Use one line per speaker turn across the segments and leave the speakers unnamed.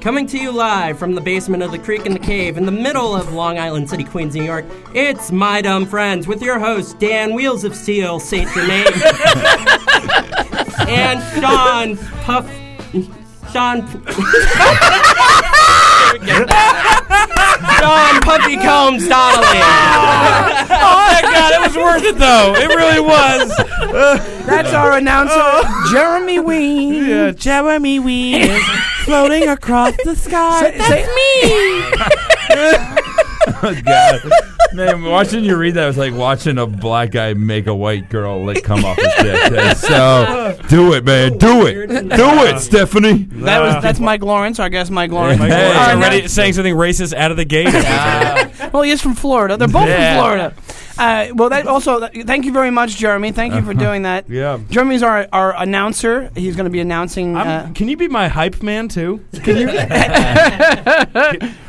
Coming to you live from the basement of the creek in the cave in the middle of Long Island City, Queens, New York, it's My Dumb Friends with your hosts, Dan Wheels of Steel, St. Germain, and Sean Puff. Sean. Sean Puffy Combs Donnelly.
Oh my god, it was worth it though. It really was.
That's our announcer, Jeremy Ween.
Yeah, Jeremy Wee is floating across the sky.
Say- say-
Oh god. Man, watching you read that was like watching a black guy make a white girl like come off his dick. That's So do it, man. Do it. Do it, Stephanie.
that was that's Mike Lawrence. I guess Mike Lawrence.
Mike
All
Lawrence.
right, now-
already saying something racist out of the gate.
well, he is from Florida. They're both
Yeah.
from Florida. Uh, well, that also. th- thank you very much, Jeremy. Thank you for doing that.
Uh-huh. Yeah.
Jeremy's our, our announcer. He's going to be announcing. Uh,
I'm, can you be my hype man too?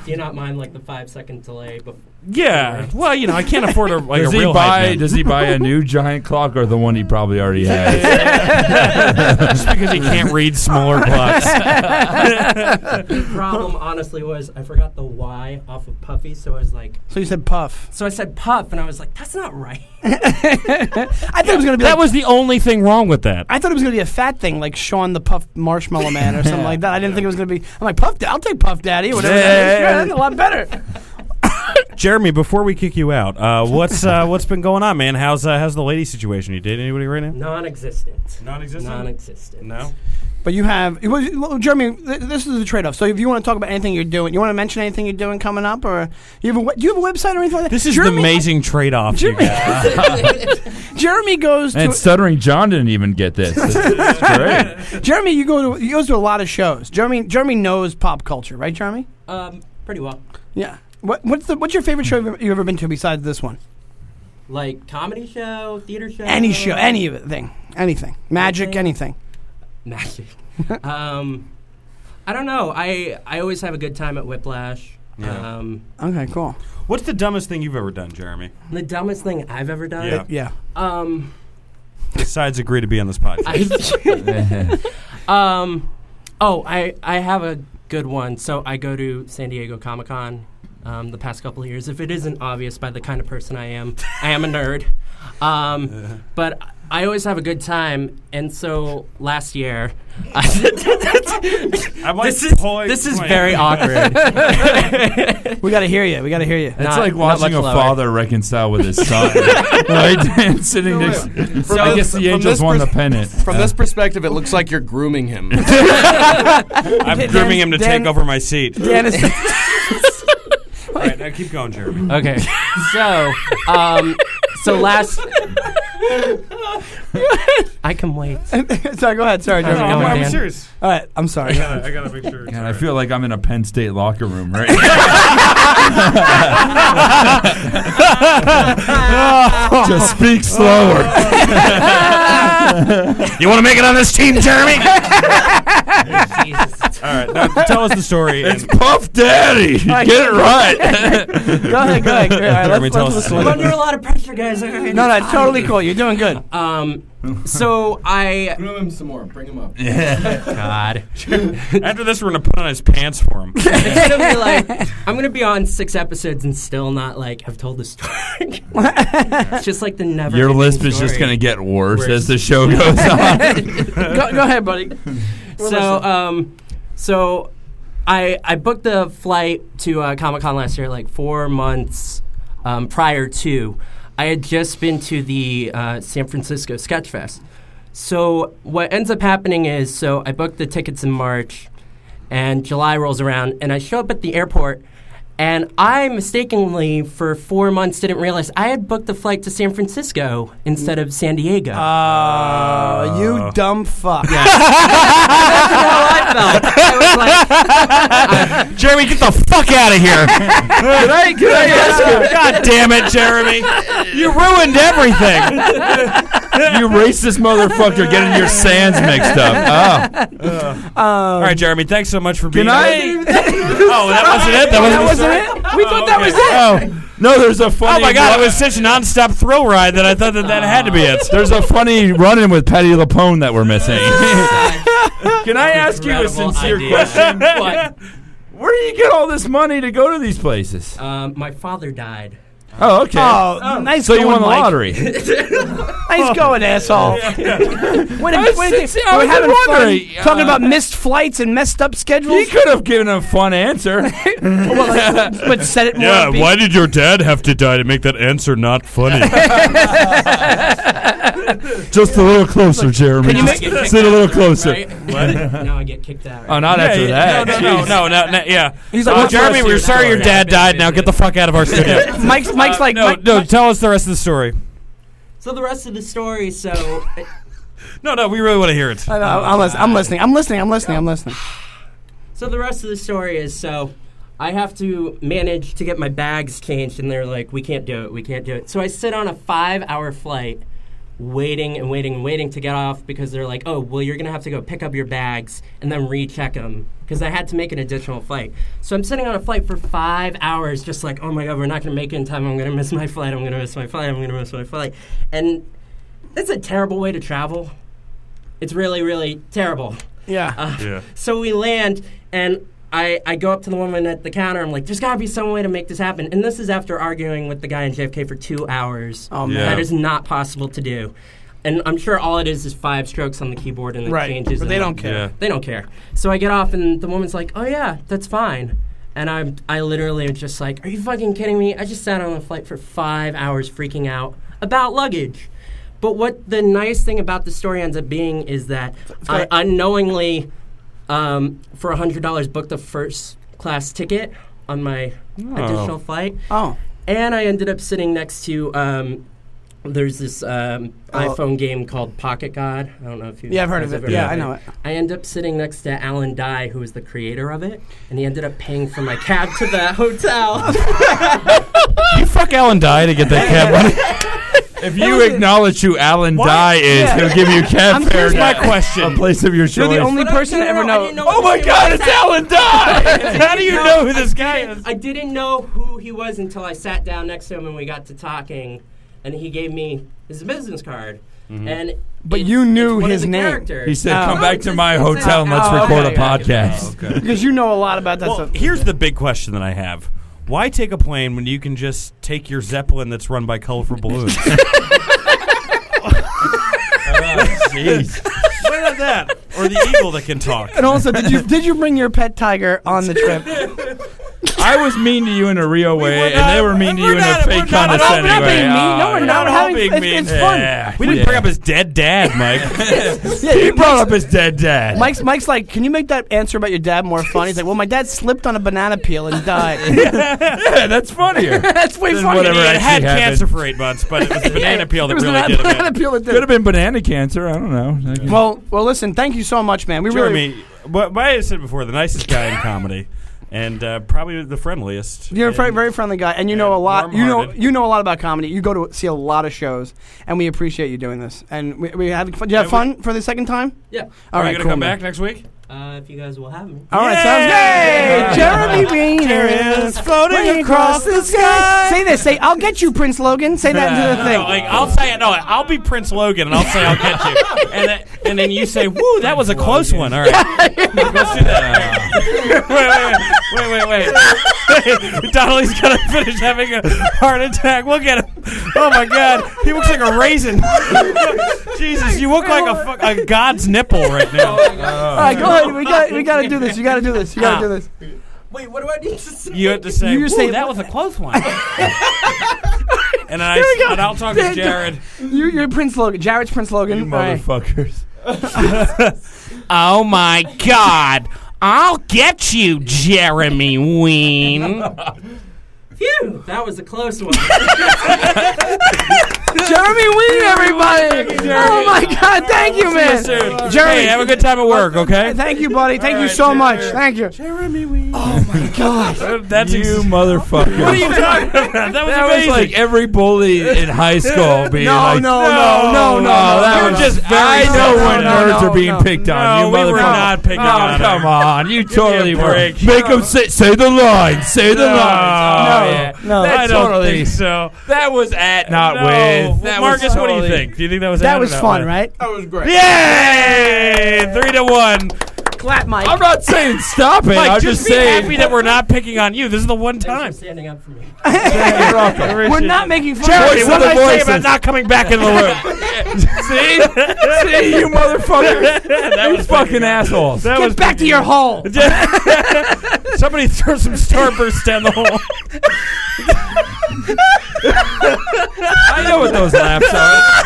Do you not mind like the five second delay? Before?
Yeah. Well, you know, I can't afford a like
Does
a
he
real
buy
hype man.
does he buy a new giant clock or the one he probably already has?
just because he can't read smaller clocks.
The problem, honestly, was I forgot the Y off of Puffy, so I was like,
so you said Puff.
so I said Puff, and I was like, that's not right.
I thought it was going to be.
that
like-
was the only thing wrong with that.
I thought it was going to be a fat thing, like Sean the Puff Marshmallow Man or something like that. I didn't think it was going to be. I'm like Puff. Da- I'll take Puff Daddy. Whatever. that is.
Yeah.
Sure, that's a lot better.
Jeremy, before we kick you out, uh, what's uh, what's been going on, man? How's uh, how's the lady situation? You dating anybody right now?
Non-existent.
Non-existent?
Non-existent.
But you have, well, you- well, Jeremy. Th- this is the trade-off. So if you want to talk about anything you're doing, you want to mention anything you're doing coming up, or you have a, we- do you have a website or anything like that?
This is
Jeremy,
the amazing trade-off. you
Jeremy-
got.
Jeremy goes to
And stuttering John didn't even get this. It's, it's great.
Jeremy. You go to he goes to a lot of shows. Jeremy. Jeremy knows pop culture, right, Jeremy?
Um, pretty well.
Yeah. What, what's the what's your favorite show you've ever- you've ever been to besides this one?
Like comedy show, theater show,
Any show, any of it, thing, anything, magic, anything.
magic. um, I don't know. I I always have a good time at Whiplash.
Yeah.
Um,
Okay, cool.
What's the dumbest thing you've ever done, Jeremy?
the dumbest thing I've ever done.
Yeah.
Yeah.
Um,
Besides, agree to be on this podcast.
I, um, oh, I I have a good one. So I go to San Diego Comic Con. Um, the past couple of years, if it isn't obvious by the kind of person I am, I am a nerd.
Uh-huh.
Um, but I always have a good time, and so last year,
I'm like
this is this is very awkward.
We got to hear you. We got to hear you.
It's
Not-
like
not
watching
much
a
lower.
father reconcile with his son, right? And sitting next.
From
I guess
this-
the
from
Angels
this
won the
pers-
pennant.
From this perspective, it looks like you're grooming him.
I'm
Dan-
grooming him to
Dan-
take over my seat.
Dan is-
All right, now keep going, Jeremy.
Okay. So, um, so last. I can wait.
sorry, go ahead. Sorry,
How's it
Jeremy.
going,
All
Dan?
serious.
right, I'm sorry.
I Oh, gotta make sure.
God, I feel like I'm in a Penn State locker room right now. Just speak slower.
You want to make it on this team, Jeremy?
Jesus.
All right, now tell us the story.
It's
and
Puff Daddy. Get it right.
go ahead, go ahead. All right,
Jeremy,
let's,
tell
let's
us
listen.
I'm under a lot of pressure, guys. No,
No, no, it's totally cool. You're doing good.
Um, so I.
Groom him some more. Bring him up.
God.
after this, we're gonna put on his pants for him.
It's gonna be like I'm gonna be on six episodes and still not like have told the story. it's just like the never.
Your lisp is just going to get worse, as the show goes on.
go, go ahead, buddy.
So, um, so I I booked the flight to uh, Comic Con last year, like four months um, prior to. I had just been to the uh, San Francisco Sketch Fest. So what ends up happening is, so I booked the tickets in March, and July rolls around, and I show up at the airport. And I mistakenly, for four months, didn't realize I had booked the flight to San Francisco instead of San Diego.
Uh, you dumb fuck.
I felt. I was like,
Jeremy, get the fuck out of here!
Can I, can I
God damn it, Jeremy! You ruined everything.
You racist motherfucker getting your sands mixed up. Oh.
All right, Jeremy, thanks so much for being.
Can
here.
I?
Oh, that wasn't it. That wasn't,
That
the
wasn't
story?
it. We thought that was it.
Oh. No, there's a funny.
Oh my god, it was such a non-stop thrill ride that I thought that that had to be it.
There's a funny run-in with Patty
Oh
Lapone that we're missing. Can I ask
Incredible idea. What?
Where do you get all this money to go to these places?
Uh,
Um, my father died.
Oh, okay.
Oh, nice
so you
going,
won the
Mike.
lottery.
Nice going, asshole. What a,
I was
what a day.
just- I
We're
was
having
just
fun
wondering,
talking
uh,
about missed flights and messed up
he
schedules.
could have given a fun answer.
but said it more.
Yeah,
upbeat.
why did your dad have to die to make that answer not funny? Just a little closer, Jeremy.
you make it-
sit a little closer.
Right? now I get kicked out.
oh, not after that.
No, no, no,
Jeez.
no, no, no, yeah.
He's
Oh,
like,
Jeremy, we're sorry your dad died. Now get the fuck out of our studio.
Mike's Mike's like
no,
Mike-
no, tell us the rest of the story.
So the rest of the story. So
No, no, we really want to hear it.
I know, I'm, lis- I'm listening. I'm listening. I'm listening. I'm listening.
So the rest of the story is so I have to manage to get my bags changed, and they're like, we can't do it, we can't do it. So I sit on a five hour flight waiting and waiting and waiting to get off because they're like, oh, well, you're going to have to go pick up your bags and then recheck them because I had to make an additional flight. So I'm sitting on a flight for five hours, just like, oh my God, we're not going to make it in time. I'm going to miss my flight. I'm going to miss my flight. I'm going to miss my flight. And that's a terrible way to travel. It's really, really terrible.
Yeah.
Uh,
Yeah.
So we land, and I, I go up to the woman at the counter. I'm like, there's got to be some way to make this happen. And this is after arguing with the guy in JFK for two hours.
Oh, man.
That is not possible to do. And I'm sure all it is is five strokes on the keyboard and it
Right.
changes.
But they
and-
don't care.
Yeah.
They don't care. So I get off, and the woman's like, oh, yeah, that's fine. And I'm, I literally am just like, are you fucking kidding me? I just sat on a flight for five hours freaking out about luggage. But what the nice thing about the story ends up being is that I unknowingly um, for hundred dollars booked a first class ticket on my additional flight,
Oh.
and I ended up sitting next to. Um, there's this um, iPhone game called Pocket God. I don't know if you
Oh. Yeah, I've heard of
guys
it.
ever
Yeah,
heard
I
of
know it.
I end up sitting next to Alan Dye, who was the creator of it, and he ended up paying for my cab to the hotel.
You fuck Alan Dye to get that cab money.
If you acknowledge who Alan Dye is,
Yeah.
he'll give you cab
I'm-
fare.
here's my
to
question.
A place of your choice.
You're the only
But I-
person
no,
to
no,
ever
no, I
know.
didn't know
Oh
his
my
name
God!
was
It's Alan Dye.
How do you know who this guy is?
I didn't know who he was until I sat down next to him and we got to talking, and he gave me his business card. And
But
it's-
you knew
it's one of
his
the
name.
characters.
Mm-hmm. He said,
Oh.
"Come
No,
back
it's
to
just-
my
it's like-
hotel and let's
oh,
record a
okay, okay,
podcast."
Because you know a lot about that
Well,
stuff.
here's the big question that I have. Why take a plane when you can just take your Zeppelin that's run by colorful balloons? Oh,
Jeez.
What about that? Or the eagle that can talk?
And also, did you did you bring your pet tiger on the trip?
I was mean to you in a real way,
were
and they
not-
were mean to
we're
you in
not-
a
we're
fake
not- we're not
condescending way.
being mean. No,
Oh,
we're
yeah.
not. We're having-
being
it's-
mean.
it's fun.
Yeah. We didn't bring up his dead dad, Mike.
yeah,
He
you-
brought up his dead dad.
Mike's Mike's like, can you make that answer about your dad more fun? He's like, well, my dad slipped on a banana peel and died.
yeah, that's funnier.
That's way
Then
funnier.
whatever
He had,
actually
had
happened.
cancer for eight months, but it was the banana peel
It
that
was
really
a
did
banana
it.
peel that did
Could
it.
have been banana cancer. I don't know. I can-
Well, well, listen. Thank you so much, man. We really.
Jeremy, what, what I said before, the nicest guy in comedy, and uh, probably the friendliest.
You're a
And-
very, very friendly guy, and you know a lot. You know,
warm-hearted.
you know a lot about comedy. You go to see a lot of shows, and we appreciate you doing this. And we, we had fun. Did you have
Yeah, we-
fun for the second time?
Yeah.
All
Are
right,
you gonna
cool,
come
man.
back next week?
Uh, if you guys will have me.
All right, sounds
Yay!
good. Jeremy Weiner
is floating across the sky.
Say this. Say, "I'll get you, Prince Logan." Say that into the
Uh, No,
thing.
like I'll say it. No, I'll be Prince Logan, and I'll say I'll catch you, and then, and then you say, "Woo, that was a close one." All right, let's do that. wait, wait, wait, wait, wait, wait, wait. Donnelly's gonna finish having a heart attack. Look at him. Oh my God, he looks like a raisin. Jesus, you look like a, fuck- a god's nipple right now.
All right, go ahead. We got, we got to do this. You got to do this. You got
Ah.
to do this.
Wait, what do I need to say?
You have to say,
You just say-
"Woo, that was a close one." And then I, and I'll talk to Jared.
You, you're Prince Logan. Jared's Prince Logan.
you
All right.
motherfuckers.
Oh my God! I'll get you, Jeremy Ween.
Phew, that was a close one.
Jeremy Ween, everybody. Oh my God! Thank you, man.
Jeremy, have a good time at work, okay?
Thank you, buddy. Thank you so much. Thank you. Oh
That's
you motherfuckers.
What are you talking about? That was
That was
amazing.
like every bully in high school being
No,
like,
no, no, no, no, no,
that
no,
was
no,
just
no,
I
no,
know
no,
when
no,
nerds
no,
are being
no.
picked on.
No,
You
we were
motherfucker.
not picking
oh,
on her.
Come on, you
me a
totally were.
break.
Make them say, say the line, say the
No,
line.
no,
that
I don't
totally.
think so.
That was at, not
no.
with. That was
Marcus, what do you
totally-
think? Do you think that was
That
out or
was
not?
fun, right?
That was great.
Yay! Three to one.
slap Mike.
I'm not saying stop it.
Mike,
I'm
just,
just
be
saying.
happy that we're not picking on you. This is the one time.
standing up for me.
We're not making fun
Jeremy,
Voice
what
of the
did I say
voices.
about not coming back in the room?
See? See, you motherfucker. you fucking assholes.
That was
Get back to your hole.
Somebody throw some starburst down the hole.
I know what those laughs are.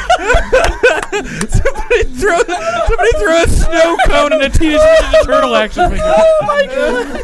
throw, somebody throw a snow cone and a Teenage Mutant Ninja Turtle action figure.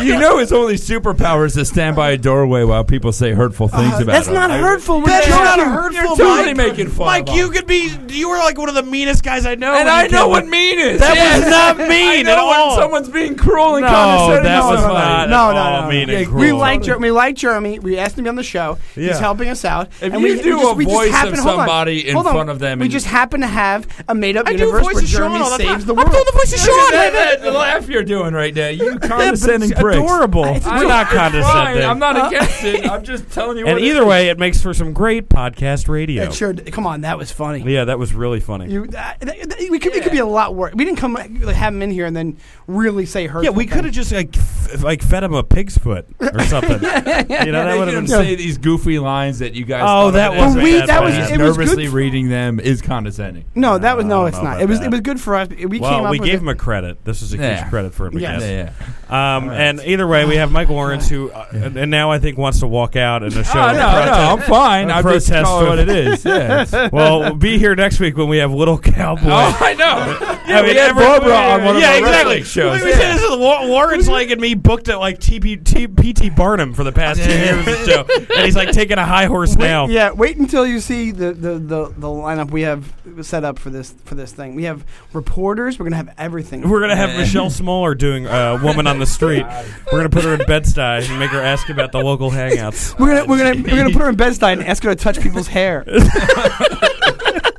You know his only superpower is to stand by a doorway while people say hurtful things about
That's
him.
not
I-
hurtful. We're
That's
joking.
not hurtful,
You're totally
Mike.
making fun
Mike,
of
you
him.
could be. You were like one of the meanest guys I know.
And
when
I
you
know
came
what
up.
mean is.
That
yes.
was not mean
I know
at
when
all.
someone's being cruel and
no,
condescending
that
to
was
somebody.
not.
No,
at
no,
all
no, no.
Mean and
Yeah,
cruel.
We like Jer- we like Jeremy. We asked him on the show.
Yeah.
He's helping us out.
If
and
you
we,
do
we just,
a
we
voice
just happen,
of
hold on,
somebody in
hold on.
front of them
we
and-
just happen to have a made-up
I do
universe where
voices Sean
Jeremy
all the time.
saves the
I'm
world.
doing the voice of Sean.
Look at that, that laugh you're doing right now. You condescending pricks.
adorable. I'm not condescending.
Fine, I'm not against it. I'm just telling you.
And
what
either
it
way, it makes for some great podcast radio.
It sure. d- Come on, that was funny.
Yeah, that was really funny.
You, that, that, that- we could, it could be a lot worse. We didn't come like, have him in here and then really say hurtful.
yeah, we could have just like f- like fed him a pig's foot or something. you know, that
Making
would have
him
been.
say these goofy lines that you guys.
Oh,
thought
that
of it as
was-
a
we-
bad
that
one.
was-
He's
it was good
nervously
f-
reading them is condescending.
No, that was
I
no.
don't
It's
know
not.
about
It was.
that.
It was good for us. We came
Well,
up
we
with
gave
it.
him a credit. This is a
Yeah.
huge credit for him. I
Yeah.
guess.
Yeah, yeah.
Um, And either way, we have Mike Lawrence, who uh, and and now I think wants to walk out and a show.
Oh, no,
and
no, I'm fine.
and
I'm just
protest
calling
what
what it is. Yeah, it's-
protest. well, we'll be here next week when we have Little Cowboy.
oh, I know. Yeah, we had
every-
Barbara on one of
yeah,
our
exactly.
wrestling shows.
We, we
Yeah.
said this is Wa- Lawrence like and me booked at like TP, T, PT Barnum for the past two years of the show, and he's like taking a high horse now.
Yeah, wait until you see the, the, the, the lineup we have set up for this for this thing. We have reporters. We're gonna have everything.
We're gonna have Michelle Smaller doing uh, "Woman on the Street." We're gonna put her in Bed-Stuy and make her ask about the local hangouts.
We're gonna we're gonna we're gonna put her in bed and ask her to touch people's hair.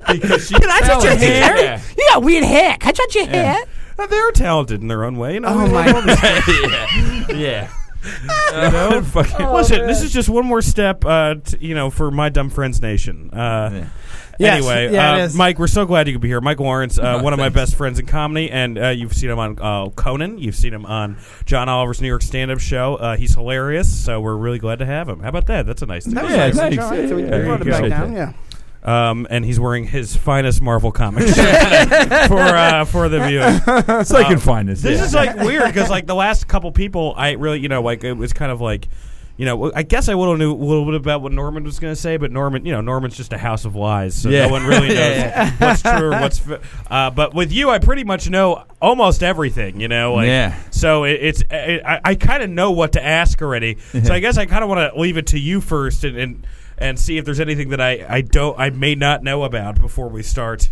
Because she
I touch your
talented.
hair?
Yeah.
you got weird hair. Can I touch your hair?
Uh, they're talented in their own way. You know,
Oh
we
my!
yeah. Oh, You know, fucking.
Listen, this is just one more step, uh, t- you know, for my dumb friends nation.
Yeah.
Uh,
Yes.
Anyway,
Yeah, it
uh,
is.
Mike, we're so glad you could be here. Mike Lawrence, uh,
Oh,
one of my
thanks.
best friends in comedy, and uh, you've seen him on uh, Conan. You've seen him on John Oliver's New York Stand Up Show. Uh, he's hilarious, so we're really glad to have him. How about that? That's a nice
That
thing.
was
Yeah,
nice.
thanks.
All right, so we
Yeah,
there
brought
you
it back
go.
down. Yeah.
Um, and he's wearing his finest Marvel comics for uh, for the viewing.
It's like in finest.
This
yeah.
is like weird because like the last couple people, I really you know like it was kind of like. You know, I guess I would have knew a little bit about what Norman was going to say, but Norman, you know, Norman's just a house of lies, so
Yeah.
no one really knows
Yeah, yeah.
what's true or what's. Fi- uh, but with you, I pretty much know almost everything. You know, like,
Yeah.
So it, it's uh, it, I, I kind of know what to ask already. So I guess I kind of want to leave it to you first and, and and see if there's anything that I I don't I may not know about before we start.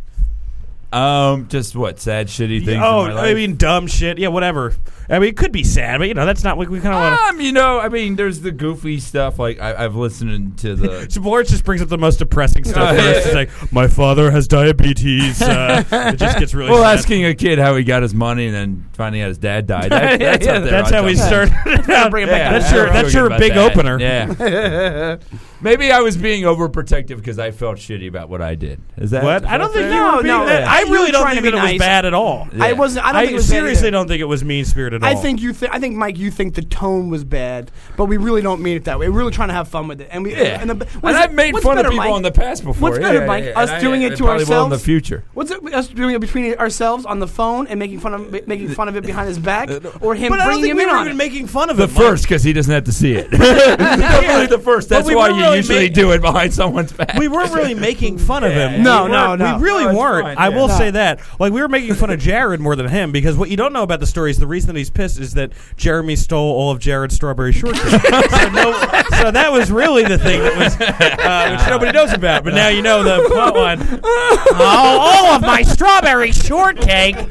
um, just what sad, shitty things.
Oh,
in my
I
life.
mean, dumb shit. Yeah, whatever. I mean, it could be sad, but you know, that's not like we kind of want to.
Um, you know, I mean, there's the goofy stuff. Like I, I've listened to the
So Lawrence just brings up the most depressing stuff.
Oh, yeah.
first. It's like, my father has diabetes. Uh, it just gets really.
well,
sad.
asking a kid how he got his money and then finding out his dad died. That, that's up there
That's
on
how we
top.
started. it out.
bring it back
Yeah,
down.
that's your
I
that's
forget
your
about
big
that.
opener.
Yeah. Maybe I was being overprotective because I felt shitty about what I did. Is that
What? I don't think you
No,
were being
no,
that.
yeah.
I
You
really
were
don't
trying to
think
be
that it was
nice.
bad at all.
I
Yeah.
wasn't. I don't
I,
think it was bad
seriously
either.
don't think it was mean spirited at
I
all.
think you. Th- I think Mike. You think the tone was bad, but we really don't mean it that way. We're really trying to have fun with it, and we.
Yeah.
And,
And,
the, what's-
I've made
what's
fun of
better,
people
Mike?
in the past before.
What's
Yeah,
better,
yeah,
Mike?
yeah.
Us
And I-
doing it
I
to
probably will in the
ourselves?
future.
What's it, us doing it between ourselves on the phone and making fun of ma- making fun of it behind his back, or him
but I don't
bringing
think
him
we
in
were
on
even
it?
making fun of
The
it, Mike.
first, because he doesn't have to see it. Definitely the first. That's
we
why
weren't
you
really
usually
ma-
do it behind someone's back.
we weren't really making fun of him.
No,
we
no,
weren't-
no.
We really
No, it's
weren't.
fine,
I
yeah.
will
No.
say that. Like we were making fun of Jared more than him because what you don't know about the story is the reason that he's pissed is that Jeremy stole all of Jared's strawberry shortcake. so, no, so that was really the thing that was uh, which nobody knows about. But now you know the plot line. oh, all of my strawberry shortcake. uh,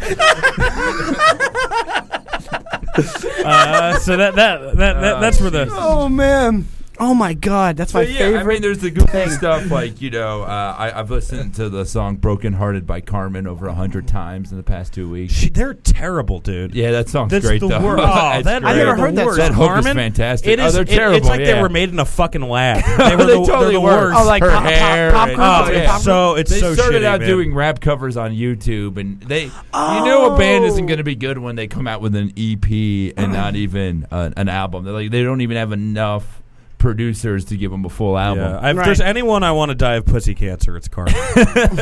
so that that, that, that that's where the
Oh man! Oh my god, that's my
But yeah, I
favorite.
mean, there's the goofy stuff like you know, uh, I, I've listened to the song "Broken Hearted" by Carmen over a hundred times in the past two weeks.
She, they're terrible, dude.
Yeah, that song's
That's
great
the
though.
worst. Oh,
It's
that,
great.
I've never heard
the
that
worst.
song. That hook is
Harmon,
fantastic.
It
Oh,
is,
they're
it-
terrible,
it's like
yeah.
they were made in a fucking lab. They were
They
the, they're
totally
the
were.
worst.
oh, like
her
pop, pop,
hair
pop,
and-
pop,
Oh,
pop,
it's
pop-
so it's
they
so
started
shitty,
out
man.
doing rap covers on YouTube, and they you know a band
Oh.
isn't going to be good when they come out with an EP and not even uh, an album. They're like they don't even have enough producers to give them a full album.
Yeah, if
Right.
there's anyone I want to die of pussy cancer, it's Carmen.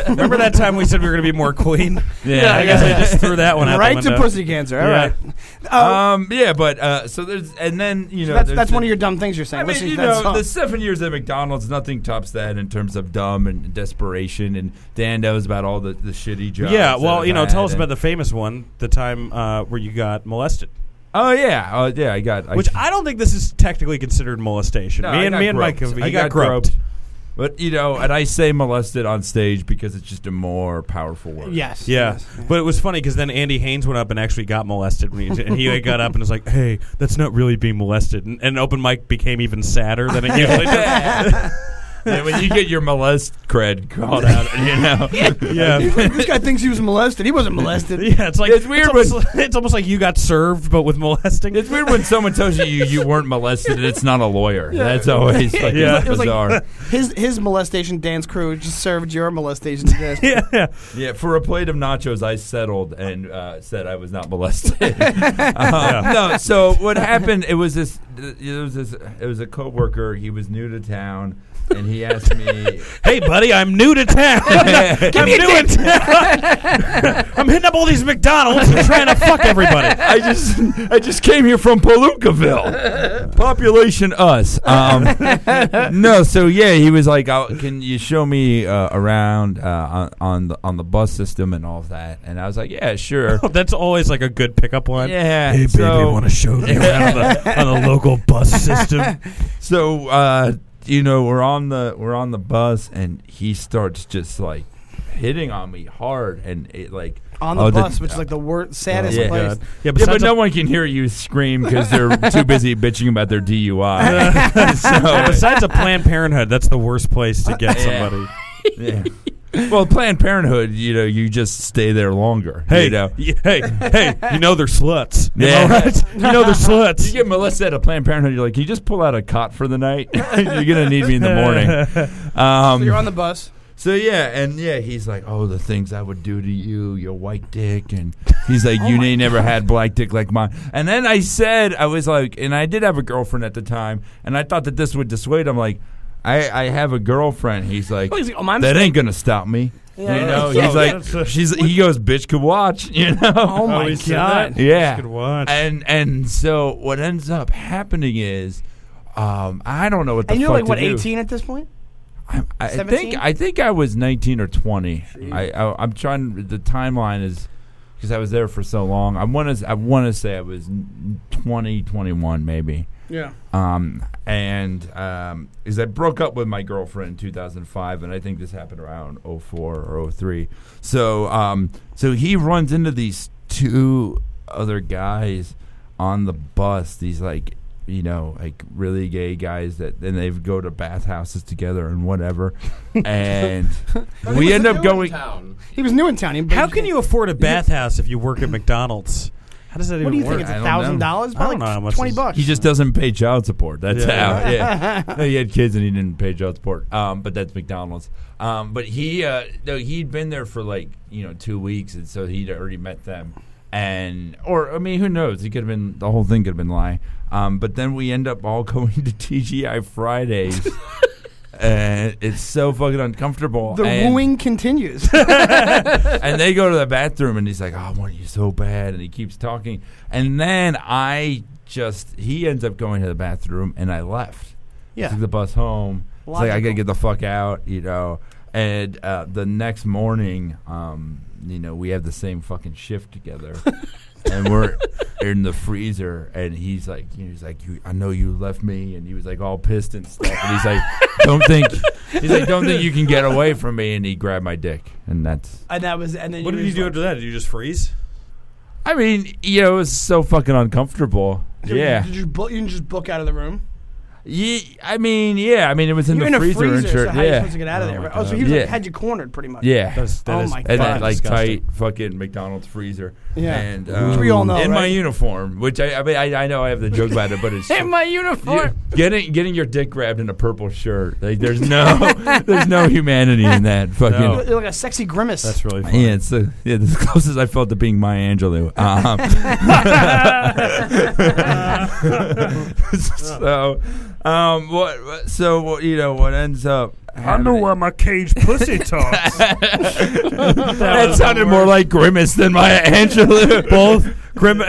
Remember that time we said we were going to be more clean?
Yeah,
I guess I just threw that one out
right
the
uh,
to
window.
pussy cancer. All
Yeah.
right,
Um, yeah, but uh, so there's and then you know
Oh. that's
there's
that's
the-
one of your dumb things you're saying.
I mean,
Listen
you
to that
know,
song.
the seven years at McDonald's, nothing tops that in terms of dumb and desperation. And Dan knows about all the, the shitty jobs.
Yeah,
that
well,
I've
you know,
had
tell us
and-
about the famous one, the time uh, where you got molested.
Oh yeah, oh yeah, I got.
Which I don't think this is technically considered molestation.
No,
me
I
and
got
me and
groped.
Mike, have- he
I
got, groped.
But you know, and I say molested on stage because it's just a more powerful word.
yes,
Yeah,
yes.
but it was funny because then Andy Haynes went up and actually got molested. When he, and he got up and was like, "Hey, that's not really being molested." And, and open mic became even sadder than it usually does.
and when you get your molest cred called out, you know,
Yeah,
this guy thinks he was molested. He wasn't molested.
yeah. It's like
It's weird
It's almost, it's almost like you got served, but with molesting.
it's weird when someone tells you you, you weren't molested and it's not a lawyer. That's always like
Yeah. It
was like-
bizarre.
His his molestation dance crew just served your molestation dance. crew.
yeah,
Yeah, for a plate of nachos, I settled and uh, said I was not molested. Um, No, so what happened? It was this. It was this. It was a coworker. He was new to town, and he asked me.
hey, buddy, I'm new to town. I'm new in town. I'm hitting up all these McDonald's and trying to fuck everybody.
I just, I just came here from Palookaville, population us. Um, no, so yeah, he was like, "Oh, "Can you show me uh, around uh, on on the, on the bus system and all of that?" And I was like, "Yeah, sure."
That's always like a good pickup line.
Yeah,
Hey, baby,
so-
want to show me around the, on the local bus system? Oh
So uh, you know, we're on the we're on the bus, and he starts just like hitting on me hard, and it like
on the
Oh, the-
bus, which is like the worst, saddest
yeah.
place.
Yeah,
yeah,
besides
but
a-
no one can hear you scream because they're too busy bitching about their DUI.
yeah,
so,
besides a Planned Parenthood, that's the worst place to get
uh, Yeah.
somebody.
yeah. Well, Planned Parenthood, you know, you just stay there longer.
Hey,
you know.
y- hey, hey! You know they're sluts. You
Yeah.
know, right? you know they're sluts.
You get molested at a Planned Parenthood, you're like, can you just pull out a cot for the night? you're gonna need me in the morning. Um,
So you're on the bus.
So yeah, and yeah, he's like, "Oh, the things I would do to you, your white dick," and he's
Oh
like, "You ain't never had black dick like mine." And then I said, I was like, and I did have a girlfriend at the time, and I thought that this would dissuade him. Like, I, I have a girlfriend. He's like,
Oh, he's like, oh, my
"That
mistake."
ain't gonna stop me."
Yeah.
You know,
Yeah,
he's like, she's. He goes, "Bitch could watch," you know.
Oh my
he said
god.
that?
Yeah.
Good watch.
And and so what ends up happening is, um, I don't know what the
And you're
fuck
like
to
what,
do.
18 at this point?
I, I
17?
think I think I was 19 or 20. I, I I'm trying. The timeline is because I was there for so long. I want to I want to say I was n- 20, 21 maybe.
Yeah.
Um, and um, is I broke up with my girlfriend in 2005, and I think this happened around 04 or 03. So, um, so he runs into these two other guys on the bus. These like, you know, like really gay guys that, and they go to bathhouses together and whatever. and we end up going.
Town.
He was new in town. He-
How can you afford a bathhouse if you work at McDonald's? How does that even
What do you
work?
think? It's
I
a
don't
thousand
know.
dollars?
I don't
Probably
know how
like
much
twenty
this-
bucks.
He just doesn't pay child support. That's
Yeah.
how. Yeah. no, he had kids and he didn't pay child support. Um, but that's McDonald's. Um, but he, uh, no, he'd been there for like you know two weeks, and so he'd already met them. And or I mean, who knows? He could have been the whole thing could have been lie. Um, but then we end up all going to TGI Fridays. And it's so fucking uncomfortable.
the
and,
wooing continues.
and they go to the bathroom, and he's like, "Oh, "I want you so bad," and he keeps talking. And then I just he ends up going to the bathroom, and I left.
Yeah.
took the bus home. It's like I gotta
Logical.
get the fuck out, you know. And uh, the next morning, um, you know, we have the same fucking shift together, and we're in the freezer. And he's like, he's like, you, I know you left me, and he was like all pissed and stuff. And he's like, don't think, he's like, don't think you can get away from me. And he grabbed my dick, and that's
and that was. And then
What
you
did you do after that? Did you just freeze?
I mean, you know, it was so fucking uncomfortable.
Did,
Yeah.
Did you, bu- you didn't just book out of the room?
Ye- I mean, yeah. I mean, it was in
You're
the
in
freezer,
a freezer,
and shit.
so how
yeah.
you supposed to get out of there?
Oh,
right?
my
Oh, so
God.
he was like,
Yeah.
had you cornered pretty much.
yeah.
That's, that
Oh
is
my
and
fucking
that like
disgusting.
tight fucking McDonald's freezer.
Yeah.
and um,
Which we all know,
in my
right?
uniform. Which I, I mean, I, I know I have the joke about it, but it's in my uniform. getting getting your dick grabbed in a purple shirt. Like there's no there's no humanity in that fucking.
No.
You're like a sexy grimace.
That's really funny.
Yeah, it's the yeah the closest I felt to being Maya Angelou. Um, so, um, what? what- So what? You know what ends up?
I know why my cage pussy talks.
that sounded more like grimace than Maya Angelou. Both.
Grim-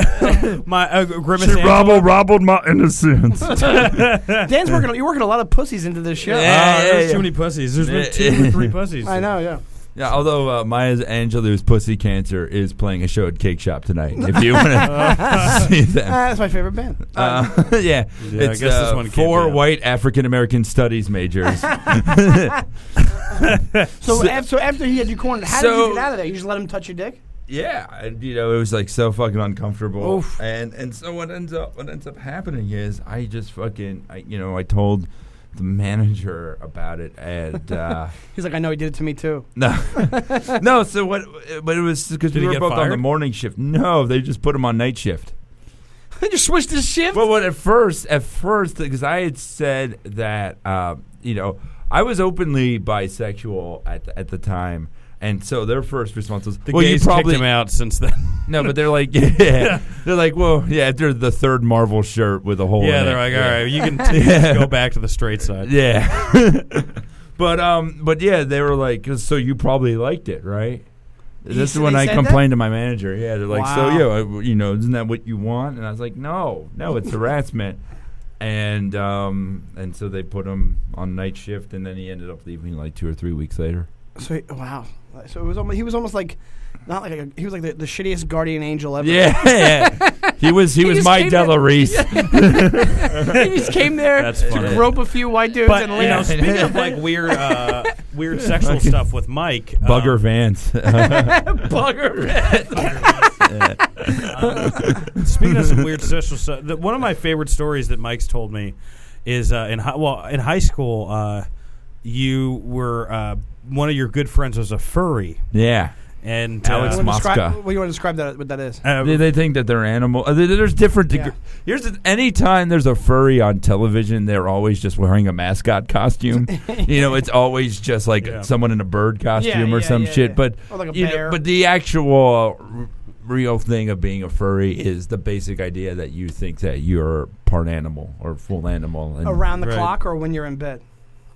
my uh, grimace.
she
Angela.
robbled, robbled my innocence.
Dan's working. You're working a lot of pussies into this show.
Uh,
Yeah.
there's too many pussies. There's been two or three pussies.
I know. Yeah.
Yeah, although uh, Maya Angelou's pussy cancer is playing a show at Cake Shop tonight. If you want to see them.
Ah, that's my favorite band.
Uh, yeah,
Um, Yeah, I
it's
guess this
uh,
one can't
four
be out.
white African American studies majors.
So,
so-
af- so after he had you cornered, how did
so-
you get out of there? You just let him touch your dick?
yeah, and, you know, it was like so fucking uncomfortable.
Oof.
And and so what ends up what ends up happening is I just fucking I, you know I told the manager about it and uh,
He's like, I know he did it to me too.
no no so what but it was because
Did
we
he
were
get
both on the
fired?
morning shift. No, they just put him on night shift.
I just switched his shift.
Well, what at first, at first, because I had said that, um, you know, I was openly bisexual at the, at the time, and so their first response was,
The
"Well,
gays
you probably
kicked him out since then.
no," but they're like, "Yeah,", they're like, "Well, yeah." After the third Marvel shirt with a hole,
yeah,
in
they're
it.
like, all
yeah.
right, you can t- just go back to the straight side.
yeah. but um, but yeah, they were like, "So you probably liked it, right?" This is
said-
when
they
I
said
complained to my manager. Yeah, they're like,
Wow.
"So yeah, I- you know, isn't that what you want?" And I was like, "No, no, it's harassment." And um, and so they put him on night shift, and then he ended up leaving like two or three weeks later.
So he, wow. So it was almost, he was almost like not like a, he was like the, the shittiest guardian angel ever.
Yeah, he was he,
He
was
just
my
came to-
Della Reese.
he just came there
That's funny.
rope a few white dudes
But
and
you
leave.
know, speaking of like weird, uh, weird sexual stuff with Mike, um,
Bugger Vance.
uh, Speaking of some weird social stuff, the, one of my favorite stories that Mike's told me is uh, in high, well in high school, uh, you were uh, one of your good friends was a furry,
yeah.
and
Alex
uh,
Wanna describe-
Mosca.
What do you want to describe that? What that is?
uh,
They, they think that they're animal. uh, there- There's different. Deg-
Yeah.
Here's the, anytime there's a furry on television, they're always just wearing a mascot costume. you know, it's always just like
Yeah.
someone in a bird costume
Yeah,
or
yeah,
some
yeah,
shit.
yeah.
But
Or like a
you know,
bear.
but the actual r- real thing of being a furry is the basic idea that you think that you're part animal or full animal. And,
Around the
Right.
clock or when you're in bed?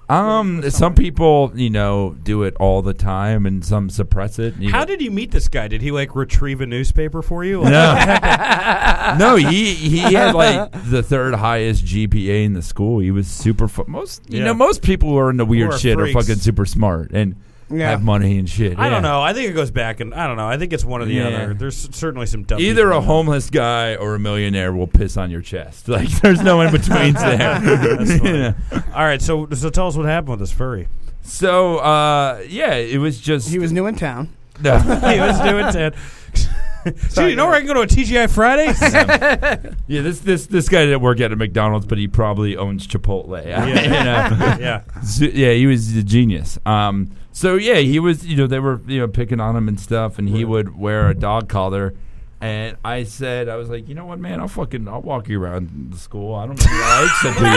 um, some people you know do it all the time, and some suppress it. you
how
know.
did you meet this guy? Did he like retrieve a newspaper for you?
No, no, he he had like the third highest GPA in the school. He was super. Fu- most you
Yeah.
know, most people who are into weird
are
shit are
freaks.
fucking super smart and
Yeah.
have money and shit.
I
yeah.
don't know. I think it goes back, and I don't know. I think it's one or the
Yeah.
other. There's certainly some dumb.
Either
people
a
out
homeless guy or a millionaire will piss on your chest. Like there's no in betweens there.
That's funny.
Yeah.
there. All right, so so tell us what happened with this furry.
So uh, yeah, it was just
He was new in town.
no.
he was doing Ted. Dude, you know where I can go to a TGI Fridays?
yeah. This this this guy didn't work at a McDonald's, but he probably owns Chipotle. You know?
yeah.
Z- yeah, he was a genius. Um, so yeah, he was. You know, they were you know picking on him and stuff, and he would wear a dog collar. And I said, I was like, you know what, man, I'll fucking, I'll walk you around the school. I don't know who I said who you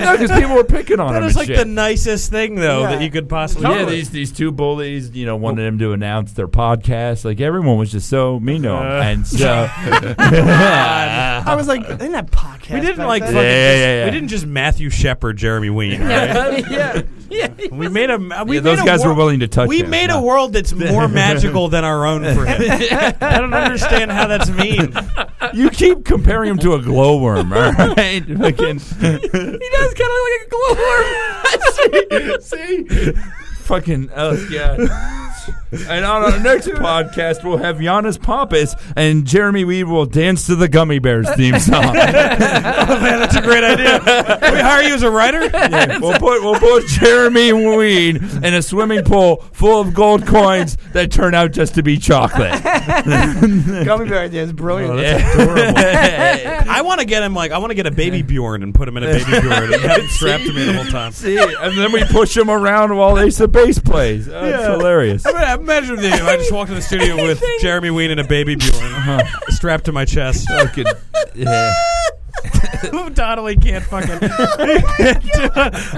no, because people were picking on
That
him.
is
and
like
shit.
the nicest thing, though,
Yeah.
that you could possibly.
Yeah, these these two bullies, you know, wanted him to announce their podcast. Like everyone was just so mean to him,
Uh.
and so
I was like, in that podcast.
we didn't
back
like.
then.
Fucking
Yeah, yeah,
just-
yeah, yeah.
We didn't just Matthew Shepard, Jeremy Ween. Right?
yeah.
we made a. We
yeah, those
made a
guys
wor-
were willing to touch.
We
him.
made
No.
a world that's more magical than our own for him. I don't understand how that's mean.
You keep comparing him to a glowworm, all right?
He
Fucking-
does kind of like a glowworm.
See? Fucking, oh, God. And on our next podcast, we'll have Giannis Pompas and Jeremy Weed will dance to the Gummy Bears theme song.
That's a great idea. we hire you as a writer?
we'll put we'll put Jeremy Weed in a swimming pool full of gold coins that turn out just to be chocolate.
Gummy bear idea is brilliant.
I want to get him like I want to get a baby Bjorn and put him in a baby Bjorn and have him strapped to me the whole time.
See, and then we push them around while Ace of Base plays. Oh, It's hilarious.
I mean, imagine the, I just walked in the studio with Jeremy Ween and a baby Bjorn uh-huh, strapped to my chest.
Fucking- yeah.
Donnelly can't fucking. I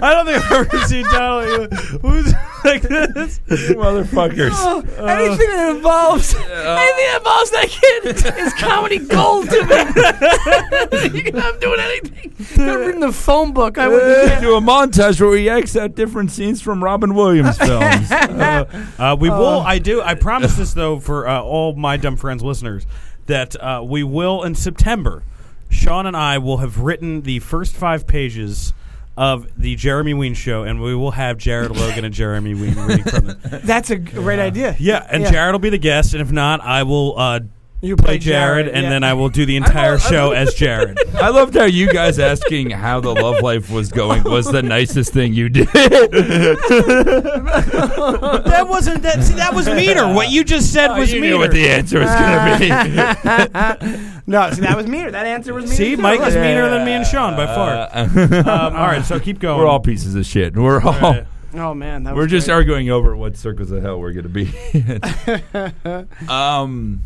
don't think I've ever seen Donnelly who's like this.
Motherfuckers.
Oh,
Oh,
anything that involves anything that involves that kid is comedy gold to me. I'm doing anything.
I've written the phone book. I would.
Uh, do a montage where we X out different scenes from Robin Williams films.
Uh, we will. I do. I promise this though for uh, all my dumb friends listeners that uh, we will in September. Sean and I will have written the first five pages of the Jeremy Ween show, and we will have Jared Logan and Jeremy Ween reading from them.
That's a g- great idea.
Yeah, and
Yeah.
Jared will be the guest, and if not, I will uh,
You
play Jared, and then I will do the entire show as Jared.
I loved how you guys asking how the love life was going was the nicest thing you did. Uh,
that wasn't that. See, that was meaner. What Oh, you just said was
you
meaner.
knew what the answer was going to be.
No, see, that was meaner. That answer was meaner.
See,
too.
Mike is
Look.
meaner than me and Sean by far.
Uh,
Um, all right, so keep going.
we're all pieces of shit. We're all.
Right.
Oh man, that
We're
was
just
great.
arguing over what circles of hell we're going to be in. um,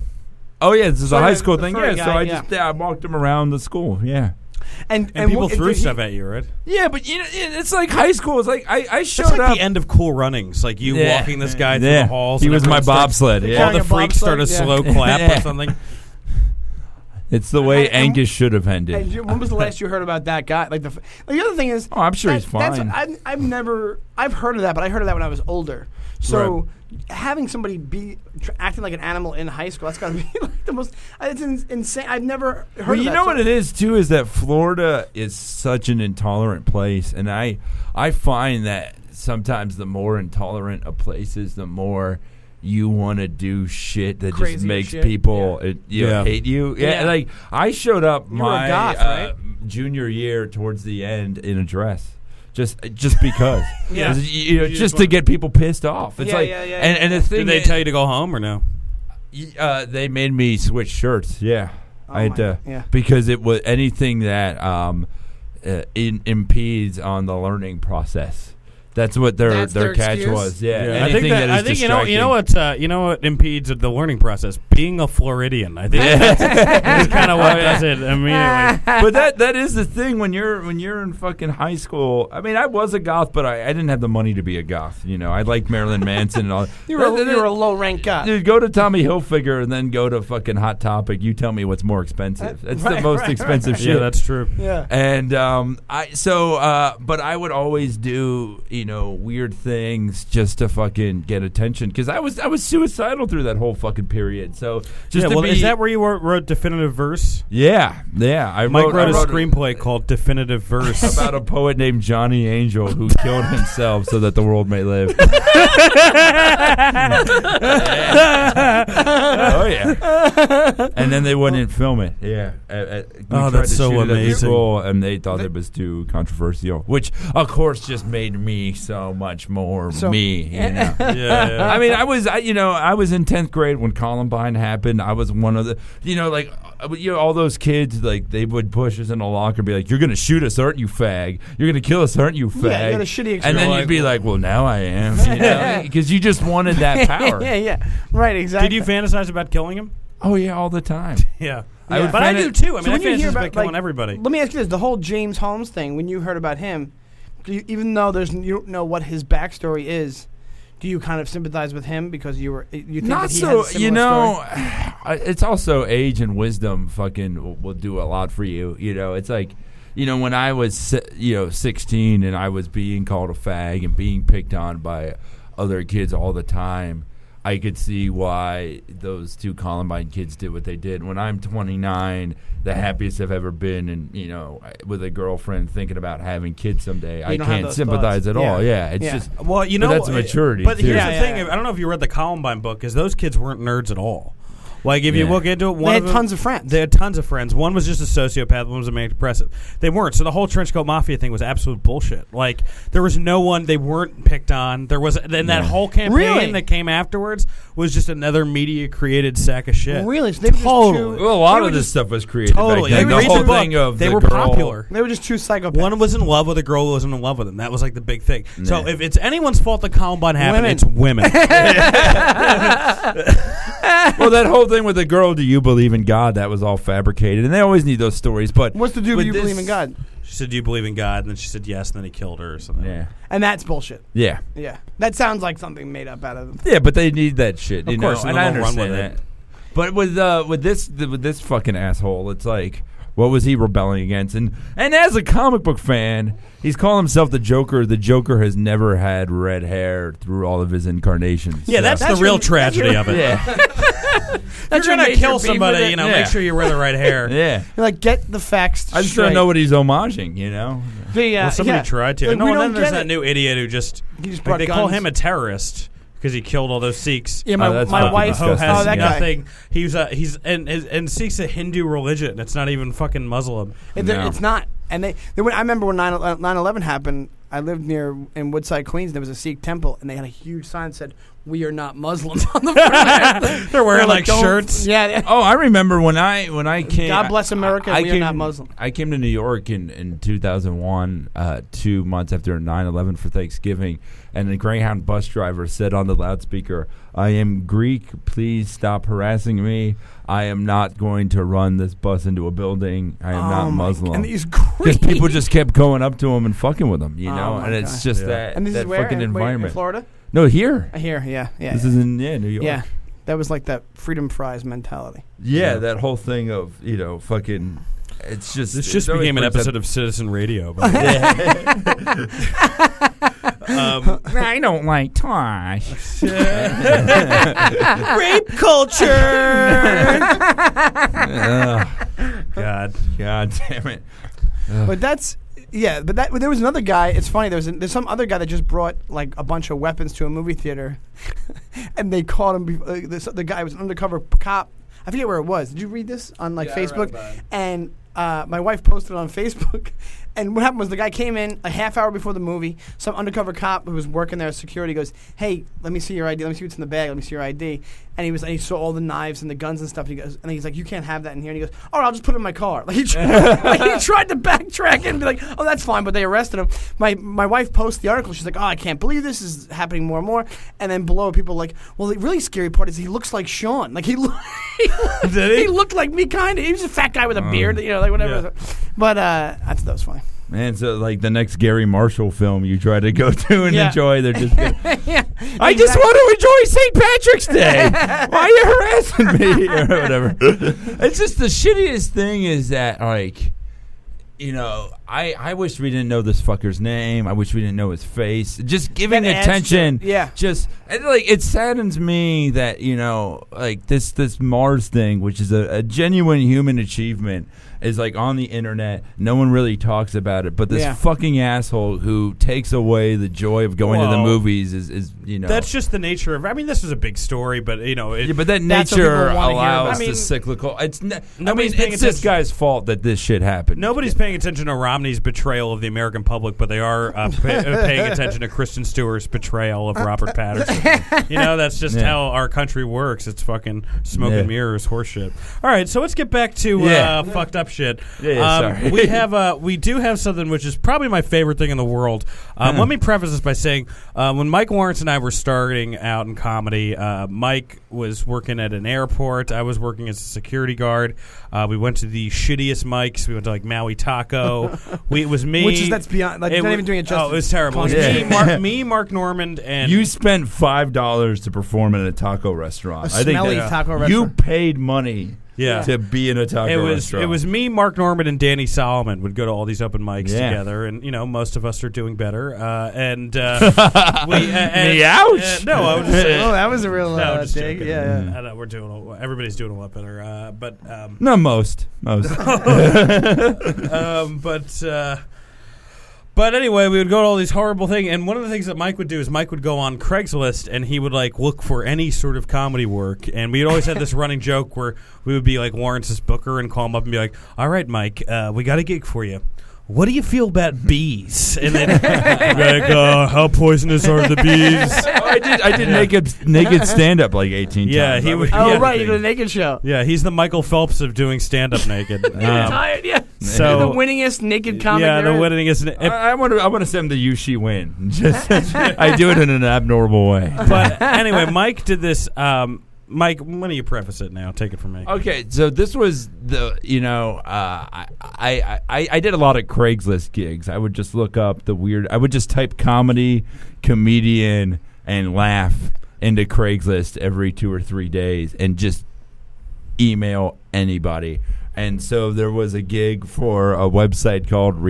oh, yeah, this is a
So,
high
yeah,
school
the
thing.
furry
Yeah, so
guy,
I
yeah.
just yeah, I walked him around the school. Yeah.
and,
and people
what-
threw
did you-
stuff at you, right?
Yeah, but you know, it- it's like high school. It's like I, I showed
It's like
up.
the end of Cool Runnings, like you
Yeah.
walking this guy through
yeah.
the halls.
He
and
was my
everyone starts-
bobsled.
All
Yeah,
Carrying
the
a
freaks start a
bobsled, yeah.
slow clap
Yeah.
or something.
it's the way
And-
Angus should have
and
ended.
you- when was the last you heard about that guy? Like the, f- the other thing is,
Oh, I'm sure
that-
he's fine.
That's, I've, I've never, I've heard of that, but I heard of that when I was older. So having somebody be tr- acting like an animal in high school, that's got to be like the most. uh, It's in, insane. I've never heard.
Well,
of
you
that.
know
So-
what it is too is that Florida is such an intolerant place, and I I find that sometimes the more intolerant a place is, the more you want to do shit that just
Crazy
makes
shit.
people It, you
Yeah.
hate you. Yeah,
Yeah.
like I showed up
were a
my
goth,
uh,
right?
junior year towards the end in a dress. Just, just because,
Yeah.
you know,
You
just,
just
to
wanna-
get people pissed off. It's
Yeah,
like,
yeah, yeah,
and, and the thing
Did they
that-
tell you to go home or no?
Y- Uh, they made me switch shirts.
oh
Yeah, I uh,
my
had
God,
to
yeah.
because it was anything that um, uh, in, impedes on the learning process. That's what their
That's
their,
their
catch
excuse?
was. Yeah,
I think
anything
that,
that
I
is
think you know you know what
distracting.
uh, you know what impedes the learning process. Being a Floridian, I think that's, that's kind of what does it immediately.
but that that is the thing when you're when you're in fucking high school. I mean, I was a goth, but I, I didn't have the money to be a goth. You know, I liked Marilyn Manson and all.
You were, a,
That- that-
you were a low rank guy.
Dude, go to Tommy Hilfiger and then go to fucking Hot Topic. You tell me what's more expensive.
Uh,
That's the
right,
most
right,
expensive shit.
Yeah, that's true.
Yeah.
And um, I so, uh, but I would always do you know weird things just to fucking get attention because I was I was suicidal through that whole fucking period. So just
yeah,
to
well,
be,
is that where you wrote, wrote definitive verse?
yeah yeah I
Mike
wrote,
wrote,
I
a screenplay called Definitive Verse.
about a poet named Johnny Angel who killed himself so that the world may live. oh yeah, and then they wouldn't film it. Yeah, Uh, uh, we
Oh,
tried
that's
to
so
shoot it at the
amazing.
school, and they thought it was too controversial, which of course just made me so much more
So-
me. You know?
yeah, yeah.
I mean, I was, I, you know, I was in tenth grade when Columbine happened. I was one of the, you know, like, uh, you know, all those kids, like, they would push us in a locker and be like, "You're gonna shoot us, aren't you, fag? You're gonna kill us, aren't you, fag?"
you had a shitty
and then
experience.
you'd be like, "Well, now I am," you know, because you just wanted that power.
yeah, yeah. Right, exactly.
Did you fantasize about killing him?
Oh yeah, all the time.
Yeah.
I would
but I
fan-
do too. I mean,
So
I
when you
fantasize
hear
about,
about,
killing
like,
everybody.
Let me ask you this: the whole James Holmes thing. When you heard about him, do you, even though there's you don't know what his backstory is, do you kind of sympathize with him because you were you think
Not
that he
so,
has a
you
similar
know.
story?
I- It's also age and wisdom. Fucking will, will do a lot for you. You know, it's like, you know, when I was si- you know sixteen and I was being called a fag and being picked on by other kids all the time. I could see why those two Columbine kids did what they did. When I'm 29, the happiest I've ever been, and you know, I- with a girlfriend thinking about having kids someday, I
don't have
can't
those
sympathize
thoughts.
at all. Yeah, it's
Yeah.
just
Well, you
But
know
that's maturity,
But
too.
here's
Yeah,
the
yeah,
thing:
yeah.
I don't know if you read the Columbine book, because those kids weren't nerds at all. Like if
Yeah.
you look into it, one
They had
of them-
tons of friends.
They had tons of friends. One was just a sociopath. One was a manic depressive. They weren't. So the whole trench coat mafia thing was absolute bullshit. Like there was no one. They weren't picked on. There was and that whole campaign
Really?
that came afterwards was just another media created sack of shit.
Really? So they were just
totally.
too-
well, a
They
lot
were
of this
just-
stuff was created.
Totally.
back then.
Oh, They
the
read
whole
the book.
thing of
They
the
were
girl-
popular.
They were just two psychopaths.
One was in love with a girl who wasn't in love with him. That was like the big thing. So
Yeah.
if it's anyone's fault the Columbine happened,
Women.
it's women.
well, that whole thing with the girl, do you believe in God? That was all fabricated, and they always need those stories. But
What's the do
with
you
this-
believe in God?
She said, "Do you believe in God?" And then she said, "Yes." And then he killed her or something.
Yeah,
And that's bullshit.
yeah,
Yeah, that sounds like something made up out of.
yeah. But they need that shit,
Of
you
course,
know,
and
and I
they'll run
understand
with
that.
it.
But with uh, with this th- with this fucking asshole, it's like, what was he rebelling against? And and as a comic book fan, he's calling himself the Joker. The Joker has never had red hair through all of his incarnations.
Yeah,
so-
that's,
That's
the real
your-
tragedy of it.
yeah,
If
That's
you're
your
gonna
major
kill
beef with
somebody,
it?
you know,
Yeah.
make sure you wear the right hair.
yeah.
You're like, get the facts.
I just don't know what he's homaging. You know,
The, uh,
Well, somebody
yeah.
tried to.
Like,
no,
we
and
don't
then there's
get
that
it.
new idiot who just,
He just
like,
brought
they call
guns.
him a terrorist because he killed all those Sikhs.
Yeah,
Oh,
my,
that's
my
fucking
wife.
Who
Oh,
disgusting,
has
that
yeah.
guy.
nothing. He's a he's and and- and Sikhs a Hindu religion. It's not even fucking Muslim.
It-
No.
It's not. And they, they went, I remember when 9 ele- 9/11 happened. I lived near in Woodside, Queens. There was a Sikh temple, and they had a huge sign that said, "We are not Muslims." on the front.
They're wearing like
don't-
shirts.
Yeah. they-
Oh, I remember when I when I came.
God bless America,
I,
we are
came,
not Muslim.
I came to New York in in 2001, uh, two months after 9/11 for Thanksgiving, and the Greyhound bus driver said on the loudspeaker, "I am Greek. Please stop harassing me. I am not going to run this bus into a building. I am
Oh
not
my-
Muslim."
And these because
because people just kept going up to him and fucking with him, you
Oh
know,
my
and it's
God.
just
Yeah.
that,
And this
that
is where
fucking
in, where- in
environment.
Florida.
no, here,
I hear. Yeah. Yeah.
this is in yeah, New York.
yeah. That was like that freedom fries mentality.
Yeah,
Yeah.
that whole thing of you know, fucking. It's just
This just
it always
became an
brings up-
episode of Citizen Radio. by the way. um,
I don't like Tosh.
Rape culture.
God,
God damn it!
But that's yeah. But that there was another guy. It's funny. There's there's some other guy that just brought like a bunch of weapons to a movie theater, and they caught him. Be- uh, this, the guy was an undercover cop. I forget where it was. Did you read this on like
Yeah, I read
Facebook?
about it.
And uh, my wife posted it on Facebook. And what happened was the guy came in a half hour before the movie. Some undercover cop who was working there as security goes, "Hey, let me see your ID. Let me see what's in the bag. Let me see your ID." And he was and he saw all the knives and the guns and stuff. And he goes, and he's like, "You can't have that in here." And he goes, "All right, I'll just put it in my car." Like he, tried, like, he tried to backtrack and be like, "Oh, that's fine," but they arrested him. My my wife posts the article. She's like, "Oh, I can't believe this is happening more and more." And then below, people are like, "Well, the really scary part is he looks like Sean. Like he." Lo-
did
he looked like me, kind of. He was a fat guy with a beard, you know, like whatever. But uh, I thought that was funny.
Man, so like the next Gary Marshall film you try to go to and
Yeah.
enjoy, they're just. Gonna, I just want to enjoy St. Patrick's Day. Why are you harassing me or whatever? It's just the shittiest thing is that like, you know, I I wish we didn't know this fucker's name. I wish we didn't know his face. Just giving
That adds to-
attention.
yeah.
Just and like it saddens me that you know like this this Mars thing, which is a, a genuine human achievement, is like on the internet. No one really talks about it, but this
Yeah.
fucking asshole who takes away the joy of going to the
Well,
movies is is you know
That's just the nature of. I mean, this is a big story, but you know, it,
yeah, but that
That's what people
nature
wanna hear
allows
about. I mean,
the cyclical. It's n- I mean,
nobody's
it's
paying
this
attention.
guy's fault that this shit happened.
nobody's paying attention to Romney's betrayal of the American public, but they are uh, pa- uh, paying attention to Kristen Stewart's betrayal of Robert Patterson. you know, that's just
Yeah.
how our country works. It's fucking smoke
Yeah.
and mirrors horseshit. All right, so let's get back to uh,
Yeah.
fucked up shit.
Yeah, yeah, sorry.
we have uh, we do have something which is probably my favorite thing in the world.
Uh-huh.
Um, let me preface this by saying uh, when Mike Lawrence and I were starting out in comedy, uh, Mike was working at an airport. I was working as a security guard. Uh, we went to the shittiest mics. We went to like Maui Taco. we, it was me.
Which is- that's beyond- like,
It
you're not
wa-
even doing it
Oh, it was
justice.
terrible. It was
Yeah.
me, Mark, me, Mark Normand, and
You spent five dollars to perform at a taco restaurant.
A
I think
smelly
that-
taco
You
restaurant.
paid money
Yeah.
to be in a taco
It was
restaurant.
it was me, Mark Norman, and Danny Solomon would go to all these open mics
Yeah.
together, and you know most of us are doing better. Uh, and uh, we uh, and,
ouch.
uh, no, I was just,
Oh, that was a real
no, I'm
uh,
just
dig.
joking.
Yeah, yeah.
I know we're doing a, everybody's doing a lot better, uh, but um,
no most most.
um, but uh, but anyway, we would go to all these horrible things. And one of the things that Mike would do is Mike would go on Craigslist and he would like look for any sort of comedy work. And we'd always have this running joke where we would be like Lawrence's booker and call him up and be like, "All right, Mike, uh, we got a gig for you." What do you feel about bees? And then, like, uh, how poisonous are the bees?
Oh, I did. I did naked naked stand up like eighteen
Yeah,
times.
he
I
would-
Oh,
Yeah.
right, you did a naked show.
Yeah, he's the Michael Phelps of doing stand up naked.
Yeah.
Um,
Tired, yeah.
so,
the winningest naked comic.
yeah, the
there is.
winning is.
I, I want to. I want to send the Yushi win. Just I do it in an abnormal way.
but anyway, Mike did this. Um, Mike, why don't you preface it now? Take it from me.
Okay, so this was the you know uh, I, I I I did a lot of Craigslist gigs. I would just look up the weird. I would just type comedy comedian and laugh into Craigslist every two or three days, and just email anybody. And so there was a gig for a website called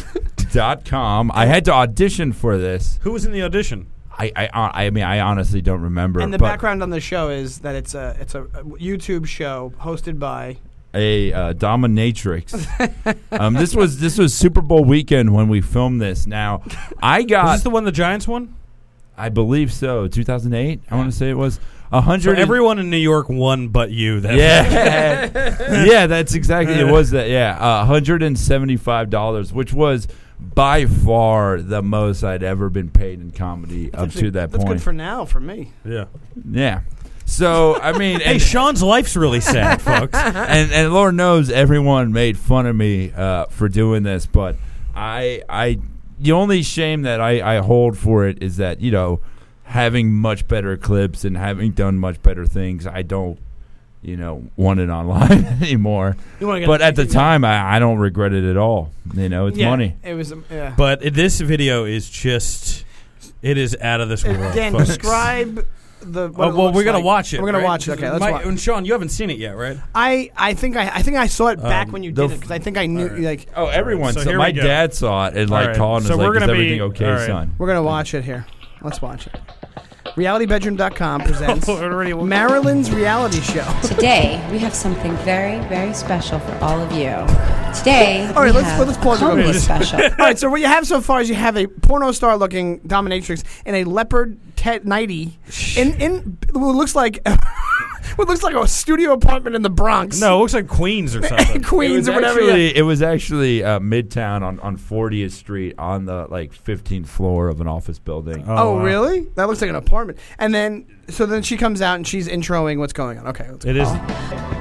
realitybedroom.com. I had to audition for this.
Who was in the audition?
I I, I mean I honestly don't remember.
And the
but
background on the show is that it's a it's a YouTube show hosted by
a uh, dominatrix. um, this was this was Super Bowl weekend when we filmed this. Now, I
Was
got,
this the one the Giants won?
I believe so, 2008. I want to say it was a
So
hundred. and-
everyone in New York won, but you. That
yeah, yeah, that's exactly it. Was that yeah, uh, hundred and seventy-five dollars, which was by far the most I'd ever been paid in comedy up
actually-
to that
That's
point.
good for now for me.
yeah.
yeah. So I mean,
Hey,
and-
Sean's life's really sad, folks.
and and Lord knows everyone made fun of me uh, for doing this, but I I the only shame that I, I hold for it is that you know having much better clips and having done much better things, I don't you know want it online anymore.
You want to
But at the time, I, I don't regret it at all. You know, it's money.
It was um, yeah.
But it- this video is just. It is out of this
Uh,
world.
Dan,
folks.
describe the. What
Oh,
it
well,
looks
we're gonna
like.
watch it.
We're gonna
right?
watch it. Okay, let's
Mike-
watch.
And Sean, you haven't seen it yet, right?
I I think I I think I saw it back
Um,
when you
the
did it
f-
because I think I knew
Alright.
like
Oh, everyone!
So
So,
here
my
we go.
dad saw it and like
Alright,
called and
so
was
we're
like, "Is
gonna be-
everything okay,
alright.
son?"
we're gonna watch it here. Let's watch it. RealityBedroom.com presents Marilyn's reality show.
Today, we have something very, very special for all of you. Today,
All right,
we
let's-
have
let's pause it
a
real
comedy
quick.
special.
All right, so what you have so far is you have a porno star looking dominatrix in a leopard tet nighty in in what looks like what looks like a studio apartment in the Bronx.
No, it looks like Queens or something.
It
Queens
was
or whatever. yeah.
Actually, It was actually uh, Midtown on, on 40th Street on the like 15th floor of an office building.
Oh,
wow.
really? That looks like an apartment. And then, so then she comes out and she's introing what's going on. Okay, let's go.
It is.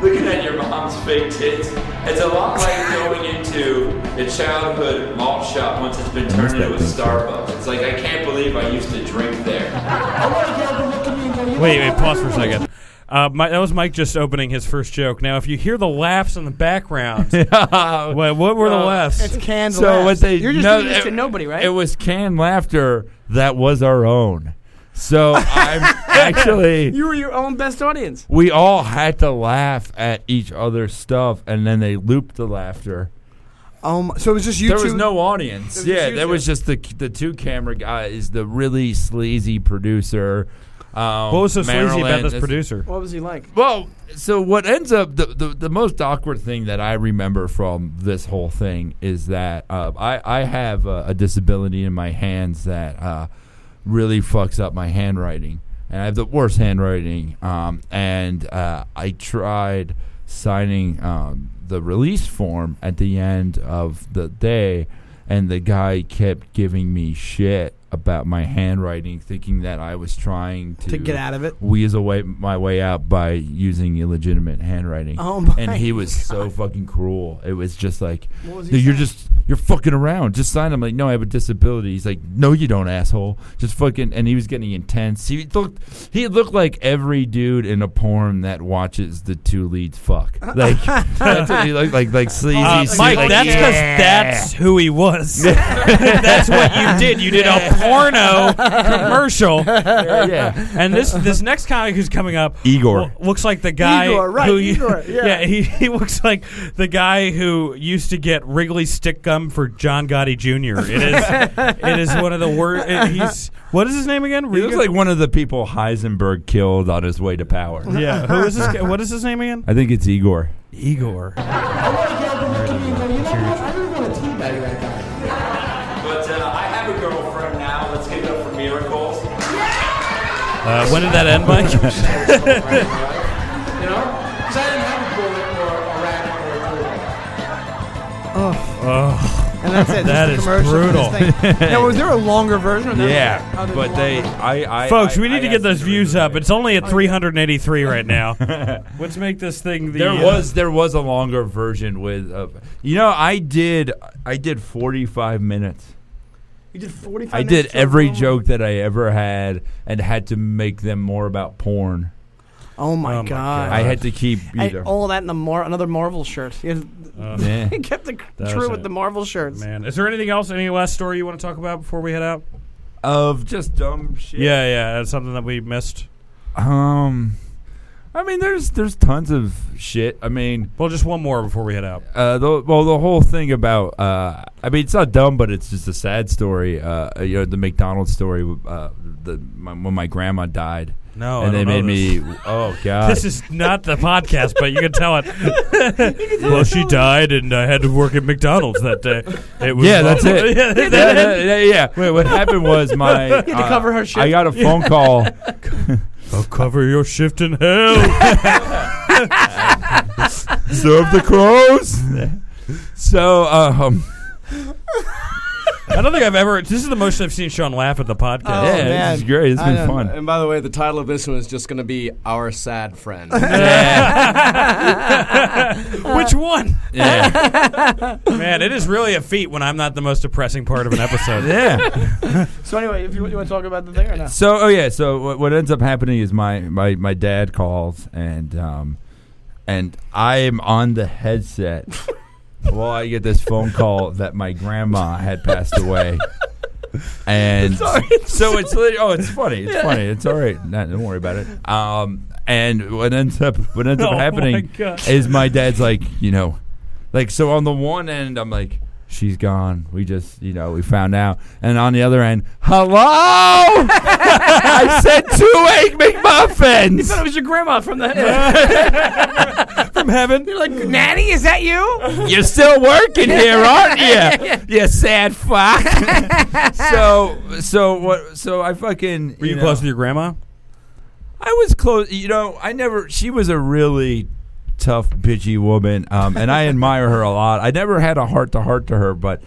Looking at your mom's fake tits, it's a lot like going into the childhood malt shop once it's been turned into a Starbucks. It's like, I can't believe I used to drink there.
Wait, wait, pause for a second. Uh, my, that was Mike just opening his first joke. Now, if you hear the laughs in the background, wha- what were the laughs?
It's canned
so
laughs.
what they
You're just
no,
doing this
it-
to nobody, right?
It was canned laughter that was our own. So I'm actually
you were your own best audience.
we all had to laugh at each other's stuff, and then they looped the laughter.
Um, so it was just you
There
two.
was no
There
audience.
was
yeah,
you
there
two.
was just the the two camera guys, the really sleazy producer. Um,
What was so sleazy about
Marilyn,
this
this-
producer?
What was he like?
Well, so what ends up the, the, the most awkward thing that I remember from this whole thing is that uh, I I have a, a disability in my hands that uh, really fucks up my handwriting, and I have the worst handwriting. Um, and uh, I tried signing um, the release form at the end of the day, and the guy kept giving me shit about my handwriting, thinking that I was trying to
To get out of it.
weasel way, my way out by using illegitimate handwriting.
Oh my
and he was so fucking cruel. It was just like,
What was he
"Dude, you're
saying?
just you're fucking around. Just sign. I'm like, no, I have a disability. He's like, no, you don't, asshole. Just fucking. And he was getting intense. He looked he looked like every dude in a porn that watches the two leads fuck. Like that's what he looked like, like sleazy.
Uh,
sleazy,
Mike,
like,
that's because
yeah.
that's who he was. that's what you did. You did a porno commercial.
yeah.
And this this next comic who's coming up
Igor.
lo- looks like the guy
Igor, right,
who
Igor, yeah.
he, he looks like the guy who used to get Wrigley stick gum for John Gotti Jr. It is it is one of the worst. He's what is his name again?
He looks like one of the people Heisenberg killed on his way to power.
yeah. Who is this? guy- What is his name again?
I think it's Igor.
Igor.
uh, But uh, I have a girlfriend now. Let's give it up for miracles.
Uh, when did that end, Mike?
You know? Because I didn't have a bullet or a rat or a poodle.
And that's it.
That
That is
is
the commercial for this
brutal.
thing. now, was there a longer version of that? How
Yeah,
did
but
the
they,
longer-
I, I
Folks,
I-
we need
I
to get
asked
those
them
views
remove
up.
it.
It's only at 383 right now. Let's make this thing the.
There
uh,
was there was a longer version with, uh, you know, I did I did forty five minutes.
You did 45
I did
minutes to a
every
promo?
joke that I ever had and had to make them more about porn.
Oh my,
Oh my
god.
God.
I had to keep
And
either.
all that in the Mar- another Marvel shirt. He had-
uh,
Yeah.
he kept it
That was
true with
it.
the Marvel shirts.
man, is there anything else? Any last story you want to talk about before we head out?
of just dumb shit.
Yeah, yeah, that's something that we missed.
Um, I mean, there's there's tons of shit. I mean,
Well, just one more before we head out.
uh, the, well, the whole thing about uh, I mean, it's not dumb, but it's just a sad story. Uh, you know, the McDonald's story. Uh, the my, when my grandma died,
No,
and
I
they
don't know
made me.
this.
Oh God.
This is not the podcast, but Uh, you can tell it. well, she died, and I had to work at McDonald's that day. It was
yeah, that's
awful.
it.
yeah,
yeah,
that-
yeah, yeah, yeah. Wait, what happened was my.
He had to
uh,
cover her shit.
I got a phone call.
I'll cover your shift in hell.
Serve the crows. So, um,
I don't think I've ever. This is the most I've seen Sean laugh at the podcast.
Oh,
yeah,
man.
this is great. It's
I
been
know. Um,
fun.
And by the way, the title of this one is just going to be Our Sad Friend.
Which one?
Yeah.
Oh. Man, it is really a feat when I'm not the most depressing part of an episode.
yeah.
So anyway, if you, you want to talk about the thing or not?
So, oh yeah. So what, what ends up happening is my my my dad calls and um, and I am on the headset while I get this phone call that my grandma had passed away. And so it's lit- oh, it's funny. It's funny. It's all right. Nah, don't worry about it. Um, and what ends up what ends
Oh,
up
my
happening
God.
is my dad's like you know, like so on the one end I'm like. She's gone. We just, you know, we found out. And on the other end, hello. I said two egg McMuffins.
It was your grandma from the.
from heaven.
You're like, Nanny, is that you?
You're still working here, aren't you? You sad fuck. so, so what? So I fucking.
Were you
know,
close to your grandma?
I was close. You know, I never. She was a really tough, bitchy woman, um, and I admire her a lot. I never had a heart to heart to her, but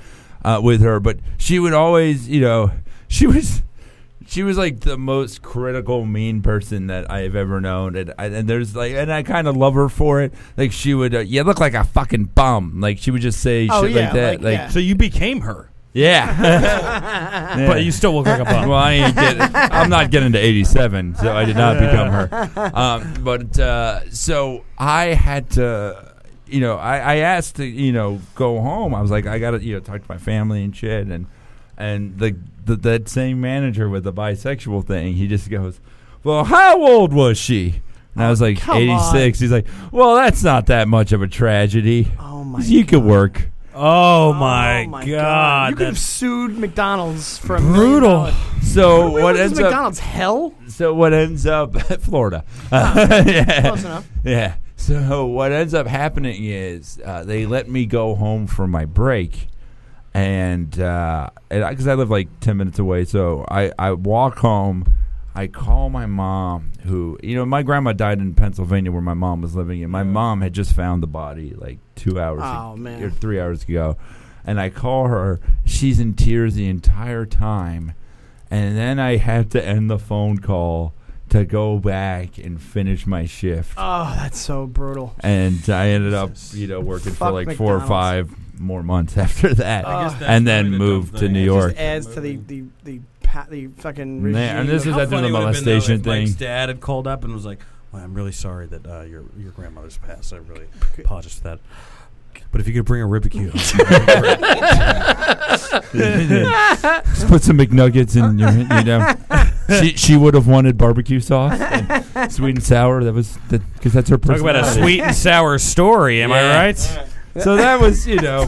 uh, with her, but she would always, you know, she was. She was like the most critical, mean person that I have ever known, and I, and there's like, and I kind of love her for it. Like she would, uh, you look like a fucking bum. Like she would just say
Oh,
shit
yeah,
like that.
like,
Like,
yeah.
So you became her,
yeah.
but you still look like a bum.
Well, I ain't get, I'm not getting to 87, so I did not become her. Um, but uh, so I had to, you know, I, I asked to, you know, go home. I was like, I got to, you know, talk to my family and shit. And and the, the that same manager with the bisexual thing, he just goes, "Well, how old was she?" And I was like,
Oh, come
86. He's like, "Well, that's not that much of a tragedy.
Oh my.
you could work."
oh, my
Oh
god,
You could have
that's
sued McDonald's for a
brutal.
Million dollars.
So
Wait,
what
was
ends
this
up?
McDonald's hell?
So what ends up Florida? yeah.
Close enough.
Yeah. So what ends up happening is uh, they let me go home for my break, and because I 'cause I live like ten minutes away, so I I walk home. I call my mom, who you know, my grandma died in Pennsylvania, where my mom was living, and my mom had just found the body like two hours
Oh,
ag-
man.
or three hours ago. And I call her; she's in tears the entire time. And then I had to end the phone call to go back and finish my shift
Oh, that's so brutal.
and I ended up, you know, working for
Fuck
like four or
McDonald's.
five more months after that,
Oh.
I guess
and then moved to New York.
Just adds to the the the, pa- the fucking regime.
Man, and this
of-
is after the molestation
Mike's
thing.
dad had called up and was like, well, "I'm really sorry that uh, your your grandmother's passed. I really apologize for that."
But if you could bring a ribicue,
Just put some McNuggets in your, you know. She she would have wanted barbecue sauce, and sweet and sour. That was because that's her
Talk about a
personality.
sweet and sour story, am
Yeah.
I right?
So that was you know.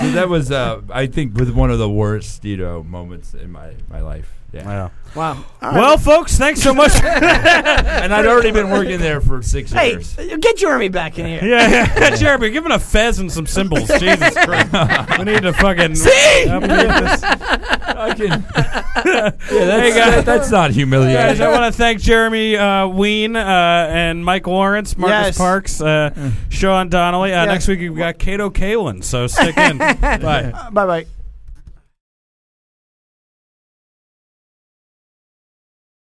so that was uh, I think was one of the worst you know moments in my my life. Yeah,
Wow.
Wow. All right.
Well, folks, thanks so much.
and I'd already been working there for six
hey,
years.
get Jeremy back in here.
Yeah, yeah. Jeremy, give him a fez and some symbols. Jesus Christ. We need to fucking. See?
I can, yeah, that's, that- that's not
Guys, I
humiliating.
want to thank Jeremy uh, Ween uh, and Mike Lawrence, Marcus
Yes. Mm.
Parks, uh, Sean Donnelly. Uh,
Yeah.
Next week, we've got Cato Kalin, so stick in. Bye.
Bye bye.